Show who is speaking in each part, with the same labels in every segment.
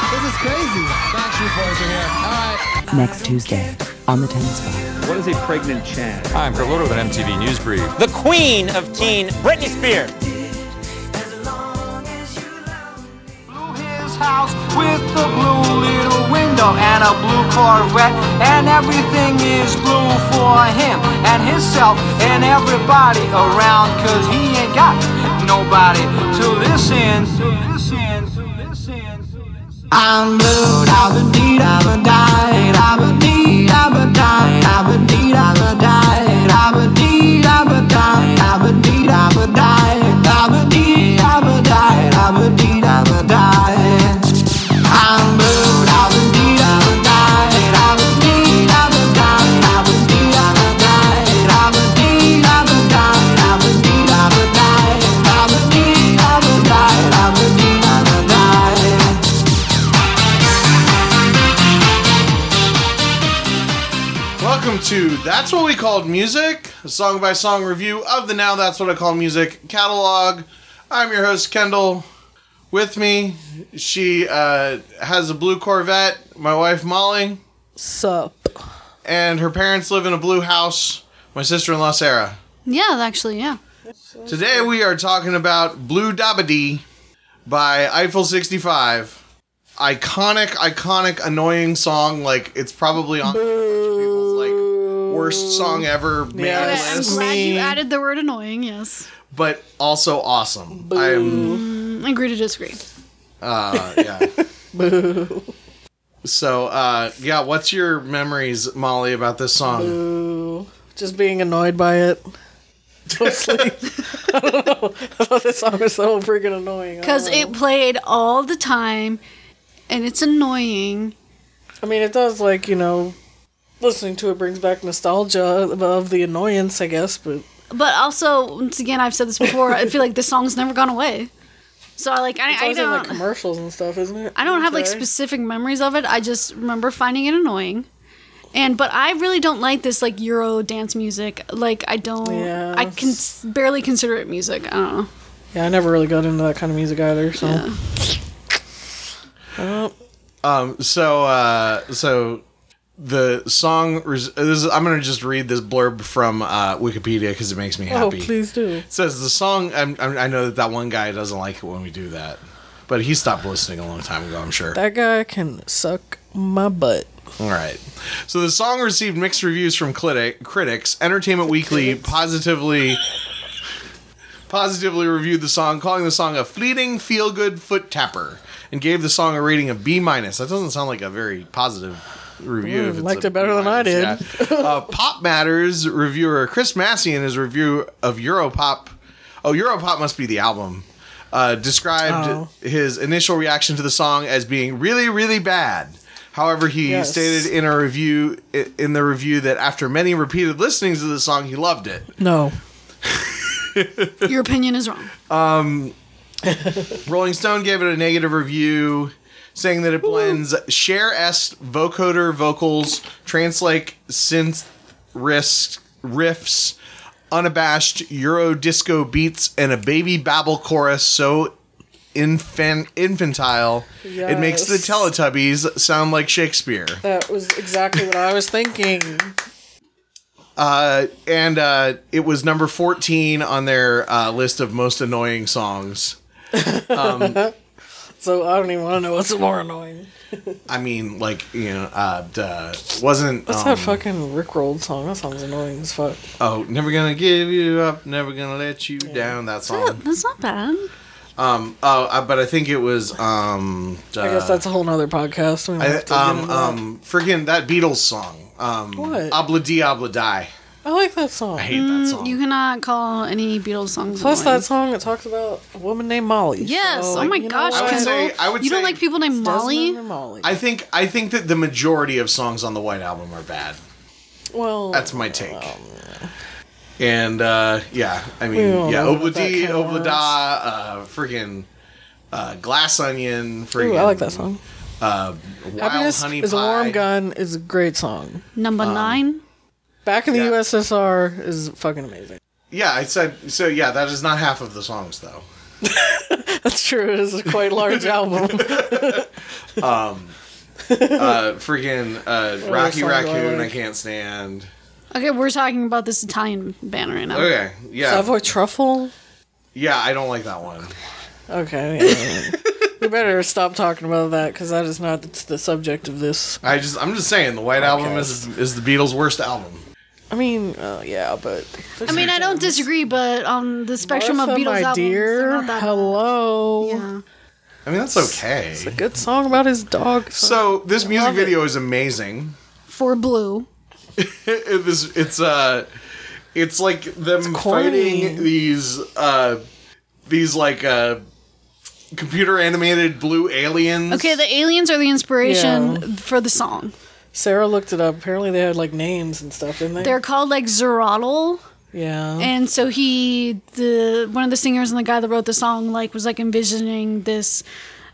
Speaker 1: crazy.
Speaker 2: Backstreet Boys are here. All right.
Speaker 3: next Tuesday on the Tennis Bar.
Speaker 4: What is a pregnant Chad?
Speaker 5: Hi, I'm Kurt Loder with an MTV News Brief.
Speaker 6: the queen of teen, Britney Spears.
Speaker 7: Blew his house with a blue little window and a blue Corvette, and everything is blue for him and himself and everybody around, cause he ain't got nobody to listen, to listen, to listen, to listen. I'm blue, I've been need, I've been died, I've been need, I've been died, I've been need, I've been died, I've been need, I've been died, I've been need, I've been died, I've been need, I've been died, I've been need, I've been died. I'm blue, I've been need, I've been died, I've been need, I've been died, I've been need, I've been died, I've been need, I've been died, I've been need, I've been died, I've been need, I've been died, I've been need, I've been died.
Speaker 2: Welcome to That's What We Called Music, a song by song review of the Now That's What I Call Music catalog. I'm your host, Kendall. With me, she uh, has a blue Corvette, my wife, Molly,
Speaker 8: Sup.
Speaker 2: and her parents live in a blue house, my sister in law, Sarah.
Speaker 1: Yeah, actually, yeah.
Speaker 2: Today we are talking about Blue Dabadi by Eiffel 65. Iconic, iconic, annoying song. Like, it's probably on a bunch of people's, like, worst song ever made
Speaker 8: Yeah,
Speaker 1: Okay, I'm
Speaker 8: Yes.
Speaker 2: list.
Speaker 1: glad you
Speaker 8: Me.
Speaker 1: added the word annoying, yes.
Speaker 2: but also awesome. I am,
Speaker 1: I agree to disagree.
Speaker 2: uh, yeah. So, uh, yeah, what's your memories, Molly, about this song?
Speaker 8: Just being annoyed by it. Mostly. I don't know. I thought this song was so freaking annoying. I don't
Speaker 1: Because
Speaker 8: know.
Speaker 1: it played all the time, and it's annoying.
Speaker 8: I mean, it does, like, you know, listening to it brings back nostalgia of- of the annoyance, I guess, but
Speaker 1: But also, once again, I've said this before, I feel like this song's never gone away. So, like, I,
Speaker 8: it's
Speaker 1: I
Speaker 8: always in, like,
Speaker 1: don't...
Speaker 8: commercials and stuff, isn't it?
Speaker 1: I don't have like
Speaker 8: Okay.
Speaker 1: specific memories of it. I just remember finding it annoying. And but I really don't like this like Euro dance music. Like I don't.
Speaker 8: Yeah.
Speaker 1: I can s- barely consider it music. I don't know.
Speaker 8: Yeah, I never really got into that kind of music either, so.
Speaker 2: Um, so, uh, so the song, res- this is, I'm going to just read this blurb from, uh, Wikipedia because it makes me
Speaker 8: Oh,
Speaker 2: happy.
Speaker 8: please do.
Speaker 2: says the song. I'm, I'm, I know that that one guy doesn't like it when we do that, but he stopped listening a long time ago. I'm sure.
Speaker 8: That guy can suck my butt.
Speaker 2: All right. So the song received mixed reviews from cliti- critics. Entertainment Weekly positively positively reviewed the song, calling the song a fleeting feel-good foot tapper, and gave the song a rating of B minus. That doesn't sound like a very positive review. if it's
Speaker 8: Mm, liked
Speaker 2: a
Speaker 8: it better than I
Speaker 2: B-. Yeah. uh, Pop Matters reviewer Chris Massey in his review of Europop. Oh, Europop must be the album. Uh, described
Speaker 8: Oh.
Speaker 2: his initial reaction to the song as being really, really bad. However, he
Speaker 8: Yes.
Speaker 2: stated in a review i- in the review that after many repeated listenings to the song, he loved it.
Speaker 8: No.
Speaker 1: Your opinion is wrong.
Speaker 2: Rolling Stone gave it a negative review, saying that it blends Cher esque vocoder vocals, trance-like synth riffs, riffs, unabashed Euro disco beats, and a baby babble chorus so infan- infantile it makes the
Speaker 8: Yes.
Speaker 2: Teletubbies sound like Shakespeare.
Speaker 8: That was exactly what I was thinking.
Speaker 2: Uh, and uh, it was number 14 on their uh, list of most annoying songs.
Speaker 8: So I don't even want to know what's more annoying.
Speaker 2: I mean, like, you know, uh, duh, wasn't.
Speaker 8: What's
Speaker 2: um,
Speaker 8: that fucking Rickrolled song? That sounds annoying as fuck.
Speaker 2: Oh, never gonna give you up, never gonna let you down. That
Speaker 1: But
Speaker 2: song.
Speaker 1: that's not bad.
Speaker 2: Um. Oh, I, but I think it was um.
Speaker 8: I guess that's a whole nother podcast. We might have to get
Speaker 2: um
Speaker 8: into that.
Speaker 2: um freaking that Beatles song. Um,
Speaker 8: What?
Speaker 2: Obla Di Obla Di.
Speaker 8: I like that song.
Speaker 2: I hate that song.
Speaker 1: You cannot call any Beatles songs.
Speaker 8: Plus
Speaker 1: annoying.
Speaker 8: that song that talks about a woman named Molly.
Speaker 1: Yes.
Speaker 8: So,
Speaker 1: oh my
Speaker 8: you know
Speaker 1: gosh.
Speaker 2: I would
Speaker 8: what?
Speaker 1: Kendall.
Speaker 2: say- I would
Speaker 1: you don't
Speaker 2: say-
Speaker 1: like people named
Speaker 8: Desmond
Speaker 1: Molly?
Speaker 8: and Molly.
Speaker 2: I think I think that the majority of songs on the White Album are bad.
Speaker 8: well,
Speaker 2: That's my take. And uh, yeah, I mean,
Speaker 8: all
Speaker 2: yeah,
Speaker 8: know about
Speaker 2: Obla
Speaker 8: that
Speaker 2: Di
Speaker 8: kind of
Speaker 2: Obla Da, uh, freaking uh, Glass Onion, freaking.
Speaker 8: ooh, I like that song.
Speaker 2: Uh, Wild
Speaker 8: Happiness
Speaker 2: Honey
Speaker 8: is a
Speaker 2: Pie. Um,
Speaker 8: warm gun is a great song.
Speaker 1: Number nine.
Speaker 8: Back in the
Speaker 2: yeah.
Speaker 8: USSR is fucking amazing.
Speaker 2: Yeah, I said so. Yeah, that is not half of the songs though.
Speaker 8: That's true. It is a quite large album.
Speaker 2: Uh, freaking uh, Rocky
Speaker 8: song do Oh, I
Speaker 2: Raccoon, I
Speaker 8: like?
Speaker 2: can't stand.
Speaker 1: Okay, we're talking about this Italian band right now.
Speaker 2: Okay, Oh, yeah,
Speaker 8: Savoy Truffle.
Speaker 2: yeah, I don't like that one.
Speaker 8: Okay. yeah. you better stop talking about that because that is not the subject of this.
Speaker 2: I just, I'm just saying, the White Album Oh, is is the Beatles' worst album.
Speaker 8: I mean, uh, yeah, but
Speaker 1: I mean, I don't disagree, but on the spectrum
Speaker 8: Martha,
Speaker 1: of Beatles
Speaker 8: my
Speaker 1: albums, they're
Speaker 8: dear,
Speaker 1: not that
Speaker 8: hello.
Speaker 1: Yeah.
Speaker 2: I mean, that's okay.
Speaker 8: It's a good song about his dog.
Speaker 2: So this music
Speaker 8: love it.
Speaker 2: video is amazing.
Speaker 1: For Blue,
Speaker 2: It is, it's uh, it's like them
Speaker 8: corny.
Speaker 2: fighting these uh, these like uh, computer animated blue aliens.
Speaker 1: okay, the aliens are the inspiration
Speaker 8: Yeah.
Speaker 1: for the song.
Speaker 8: Sarah looked it up. Apparently, they had like names and stuff, didn't they?
Speaker 1: They're called like Zerodal.
Speaker 8: yeah.
Speaker 1: And so he, the one of the singers and the guy that wrote the song, like was like envisioning this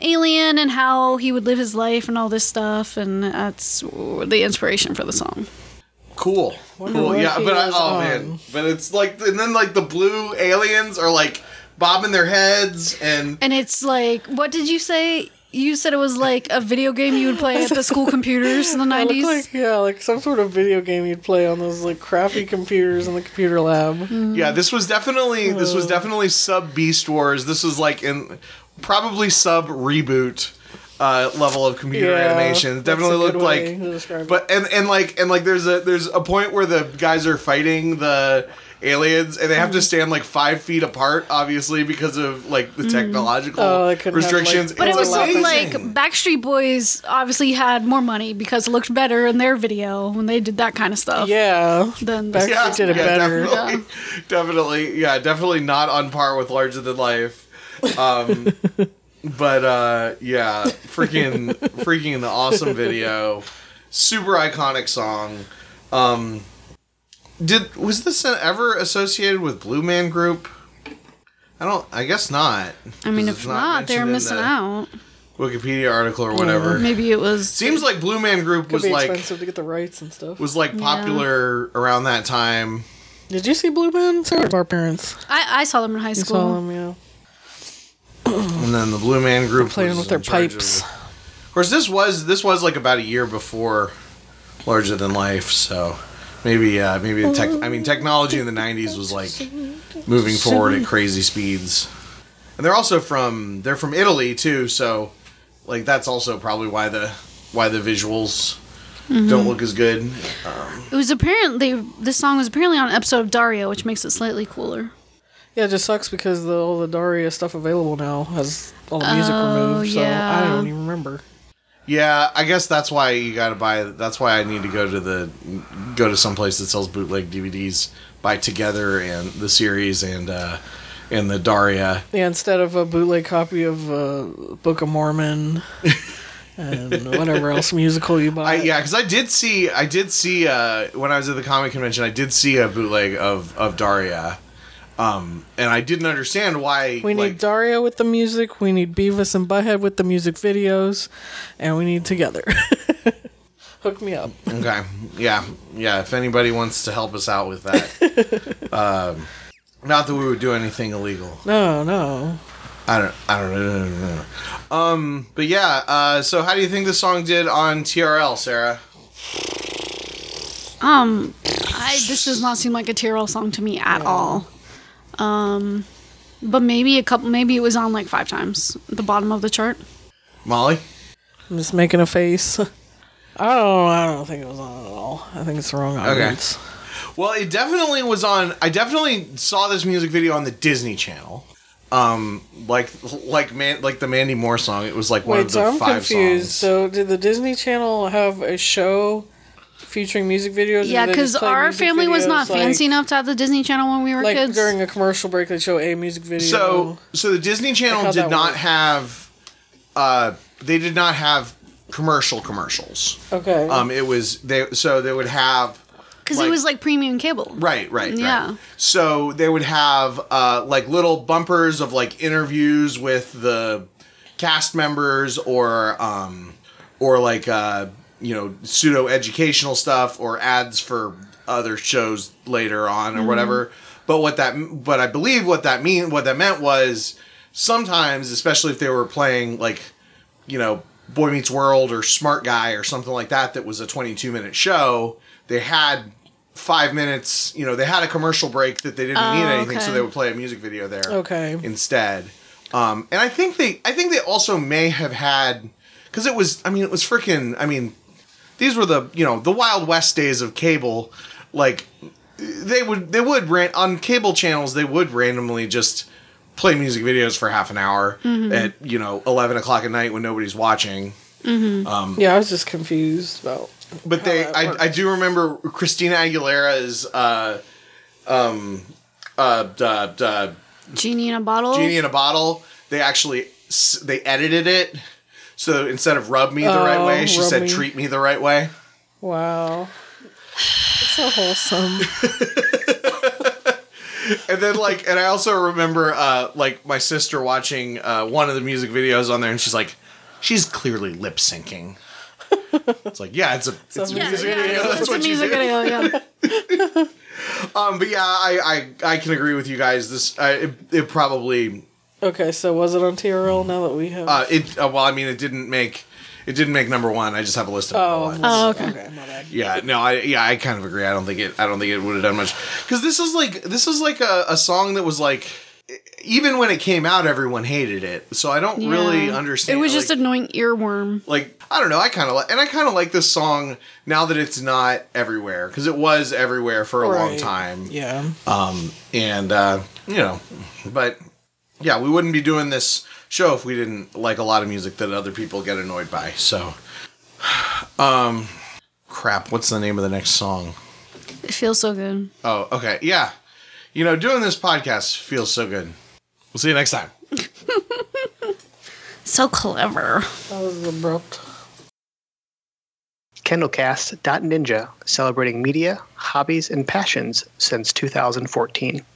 Speaker 1: alien and how he would live his life and all this stuff, and that's the inspiration for the song.
Speaker 2: cool, cool,
Speaker 8: what
Speaker 2: yeah.
Speaker 8: he
Speaker 2: But I,
Speaker 8: was
Speaker 2: oh
Speaker 8: on.
Speaker 2: man, but it's like, and then like the blue aliens are like bobbing their heads and
Speaker 1: And it's like, what did you say? You said it was like a video game you would play at the school computers in the
Speaker 8: It looked
Speaker 1: nineties.
Speaker 8: like yeah, like some sort of video game you'd play on those like crappy computers in the computer lab.
Speaker 2: Yeah, this was definitely this
Speaker 8: Hmm.
Speaker 2: was definitely sub Beast Wars. This was like in probably sub reboot uh, level of computer
Speaker 8: Yeah,
Speaker 2: animation. It
Speaker 8: that's
Speaker 2: definitely
Speaker 8: a good
Speaker 2: looked
Speaker 8: way to describe
Speaker 2: like,
Speaker 8: it.
Speaker 2: but and and like and like there's a there's a point where the guys are fighting the aliens and they
Speaker 8: Mm-hmm.
Speaker 2: have to stand like five feet apart, obviously because of like the technological
Speaker 8: Mm-hmm. Oh, they couldn't have, like,
Speaker 2: restrictions.
Speaker 1: But it
Speaker 8: It's
Speaker 1: was
Speaker 8: amazing.
Speaker 1: like Backstreet Boys obviously had more money because it looked better in their video when they did that kind of stuff.
Speaker 8: Yeah,
Speaker 1: Than
Speaker 8: Back-
Speaker 1: yeah.
Speaker 8: did it better.
Speaker 2: Definitely, definitely, yeah, definitely not on par with larger than life. Um, but uh, yeah, freaking, freaking the awesome video, super iconic song. Um, did was this ever associated with Blue Man Group? I don't. I guess not.
Speaker 1: I mean,
Speaker 2: 'Cause
Speaker 1: if
Speaker 2: it's
Speaker 1: not,
Speaker 2: mentioned
Speaker 1: they're
Speaker 2: in
Speaker 1: missing
Speaker 2: the
Speaker 1: out.
Speaker 2: Wikipedia article or whatever.
Speaker 1: Maybe it was
Speaker 2: Seems like Blue Man Group
Speaker 8: could
Speaker 2: was
Speaker 8: be
Speaker 2: like
Speaker 8: expensive to get the rights and stuff.
Speaker 2: was like popular around that time.
Speaker 8: Did you see Blue Man? Sarah, our parents
Speaker 1: I, I saw them in high
Speaker 8: You saw
Speaker 1: school.
Speaker 8: them. Yeah,
Speaker 2: And then the Blue Man Group
Speaker 8: playing
Speaker 2: was
Speaker 8: with their
Speaker 2: in charge
Speaker 8: pipes.
Speaker 2: Of, of course, this was this was like about a year before Larger Than Life, so maybe uh, maybe the tech. I mean, technology in the '90s was like moving forward at crazy speeds, and they're also from they're from Italy too, so like that's also probably why the why the visuals
Speaker 8: Mm-hmm.
Speaker 2: don't look as good.
Speaker 1: It was apparently this song was apparently on an episode of Dario, which makes it slightly cooler.
Speaker 8: Yeah, it just sucks because the, all the Daria stuff available now has all the music removed. So
Speaker 1: Oh, yeah.
Speaker 8: I don't even remember.
Speaker 2: Yeah, I guess that's why you got to buy. That's why I need to go to the go to some place that sells bootleg DVDs. Buy Together and the series and uh, and the Daria.
Speaker 8: Yeah, instead of a bootleg copy of uh, Book of Mormon and whatever else musical you buy.
Speaker 2: I, yeah, because I did see I did see uh, when I was at the comic convention. I did see a bootleg of of Daria, um, and I didn't understand why.
Speaker 8: We need
Speaker 2: like,
Speaker 8: Daria with the music. We need Beavis and Butthead with the music videos, and we need Together. Hook me up.
Speaker 2: Okay. Yeah. Yeah. If anybody wants to help us out with that, um, not that we would do anything illegal.
Speaker 8: No, no.
Speaker 2: I don't, I don't know. Um, but yeah. Uh, so how do you think this song did on TRL, Sarah?
Speaker 1: Um, I this does not seem like a Tyrell song to me at all. Um, but maybe a couple, maybe it was on like five times at the bottom of the chart.
Speaker 2: Molly.
Speaker 8: I'm just making a face. I don't. I don't think it was on at all. I think it's the wrong audience.
Speaker 2: Well, it definitely was on. I definitely saw this music video on the Disney Channel. Um, like like man, like the Mandy Moore song. It was like one of
Speaker 8: Wait,
Speaker 2: the
Speaker 8: so I'm
Speaker 2: five
Speaker 8: confused.
Speaker 2: songs.
Speaker 8: So did the Disney Channel have a show featuring music videos? or
Speaker 1: Yeah,
Speaker 8: did they just
Speaker 1: because
Speaker 8: play
Speaker 1: our
Speaker 8: music
Speaker 1: family was not
Speaker 8: videos, like-
Speaker 1: fancy enough to have the Disney Channel when we were
Speaker 8: Like
Speaker 1: kids.
Speaker 8: during a commercial break, they show a music video.
Speaker 2: so so the Disney Channel
Speaker 8: how'd
Speaker 2: did
Speaker 8: that
Speaker 2: not
Speaker 8: work?
Speaker 2: have. Uh, they did not have commercial commercials.
Speaker 8: okay,
Speaker 2: Um, it was they so they would have
Speaker 1: Because
Speaker 2: like-
Speaker 1: it was like premium cable.
Speaker 2: Right, right, right.
Speaker 1: Yeah.
Speaker 2: So they would have uh, like little bumpers of like interviews with the cast members, or um, or like uh, you know pseudo educational stuff, or ads for other shows later on, or whatever. But what that, but I believe what that mean, what that meant was sometimes, especially if they were playing like, you know, Boy Meets World or Smart Guy or something like that, that was a 22 minute show, they had five minutes, you know, they had a commercial break that they didn't need anything, so
Speaker 1: okay.
Speaker 2: they would play a music video there
Speaker 8: Okay.
Speaker 2: instead. Um, and I think they, I think they also may have had, because it was, I mean, it was freaking, I mean, these were the, you know, the Wild West days of cable. Like, they would, they would ran on cable channels. They would randomly just play music videos for half an hour
Speaker 8: Mm-hmm.
Speaker 2: at you know eleven o'clock at night when nobody's watching.
Speaker 8: Yeah, I was just confused about.
Speaker 2: But they,
Speaker 8: that
Speaker 2: I,
Speaker 8: works.
Speaker 2: I do remember Christina Aguilera's uh, um, uh, duh, duh,
Speaker 1: Genie in a
Speaker 8: Oh.
Speaker 1: bottle.
Speaker 2: genie in a bottle. They actually s- they edited it so instead of rub me the right
Speaker 8: Oh,
Speaker 2: way, she
Speaker 8: rub
Speaker 2: said
Speaker 8: me.
Speaker 2: treat me the right way.
Speaker 8: Wow. It's so wholesome.
Speaker 2: And then like, and I also remember uh, like my sister watching uh, one of the music videos on there, and she's like, she's clearly lip syncing. it's like yeah, it's a it's a
Speaker 1: Yeah,
Speaker 2: music
Speaker 1: yeah,
Speaker 2: video.
Speaker 1: it's
Speaker 2: That's
Speaker 1: a
Speaker 2: what you
Speaker 1: music
Speaker 2: do.
Speaker 1: video. Yeah.
Speaker 2: Um, but yeah, I, I I can agree with you guys. This I, it, it probably
Speaker 8: Okay, so was it on TRL now that we have?
Speaker 2: uh, it uh, well, I mean, it didn't make it didn't make number one. I just have a list of number ones.
Speaker 1: Oh, okay.
Speaker 8: my bad.
Speaker 2: Yeah, no, I yeah, I kind of agree. I don't think it. I don't think it would have done much because this is like this is like a, a song that was like e- even when it came out, everyone hated it. So I don't really
Speaker 1: Yeah.
Speaker 2: understand.
Speaker 1: It was
Speaker 2: like,
Speaker 1: just annoying earworm.
Speaker 2: like I don't know. I kind of like and I kind of like this song now that it's not everywhere because it was everywhere for a long
Speaker 8: Right.
Speaker 2: time.
Speaker 8: Yeah.
Speaker 2: and uh, you know, but yeah, we wouldn't be doing this show if we didn't like a lot of music that other people get annoyed by. So, um, crap. What's the name of the next song?
Speaker 1: It feels so good.
Speaker 2: Oh, okay. Yeah. You know, doing this podcast feels so good. We'll see you next time.
Speaker 1: So clever.
Speaker 8: That was abrupt.
Speaker 4: KendallCast.Ninja, celebrating media, hobbies, and passions since 2014.